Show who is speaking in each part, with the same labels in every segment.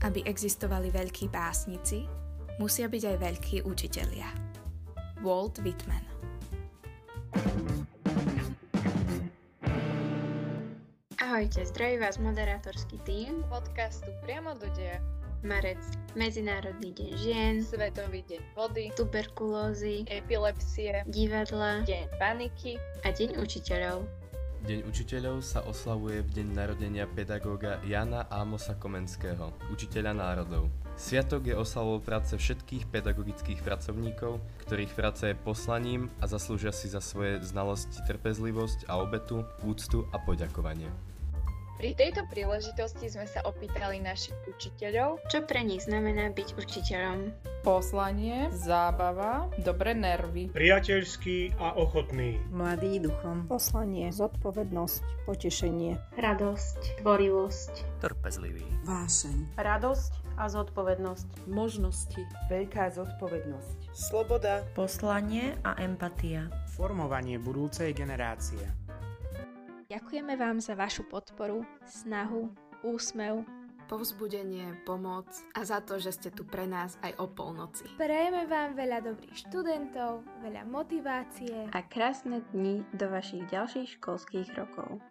Speaker 1: Aby existovali veľkí básnici, musia byť aj veľkí učitelia. Walt Whitman
Speaker 2: Ahojte, zdraví vás moderátorský tím
Speaker 3: podcastu Priamo do deja,
Speaker 2: Marec, Medzinárodný deň žien,
Speaker 3: Svetový deň vody,
Speaker 2: tuberkulózy,
Speaker 3: epilepsie,
Speaker 2: divadla
Speaker 3: deň paniky,
Speaker 2: a Deň učiteľov.
Speaker 4: Deň učiteľov sa oslavuje v deň narodenia pedagóga Jana Ámosa Komenského, učiteľa národov. Sviatok je oslavou práce všetkých pedagogických pracovníkov, ktorých práca je poslaním a zaslúžia si za svoje znalosti trpezlivosť a obetu, úctu a poďakovanie.
Speaker 3: Pri tejto príležitosti sme sa opýtali našich učiteľov,
Speaker 2: Čo pre nich znamená byť učiteľom?
Speaker 5: Poslanie, zábava, dobré nervy.
Speaker 6: priateľský a ochotný.
Speaker 7: Mladý duchom.
Speaker 8: Poslanie, zodpovednosť, potešenie.
Speaker 2: Radosť, tvorivosť,
Speaker 9: trpezlivý,
Speaker 7: Vášeň.
Speaker 8: Radosť a zodpovednosť.
Speaker 10: možnosti.
Speaker 7: Veľká zodpovednosť.
Speaker 10: Sloboda.
Speaker 11: poslanie a empatia.
Speaker 12: Formovanie budúcej generácie.
Speaker 2: Ďakujeme vám za vašu podporu, snahu, úsmev.
Speaker 1: povzbudenie, pomoc a za to, že ste tu pre nás aj o polnoci.
Speaker 13: Prajeme vám veľa dobrých študentov, veľa motivácie.
Speaker 2: A krásne dni do vašich ďalších školských rokov.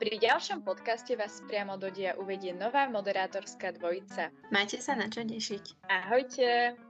Speaker 3: pri ďalšom podcaste vás priamo do deja uvedie nová moderátorská dvojica.
Speaker 2: Máte sa na čo tešiť.
Speaker 3: Ahojte!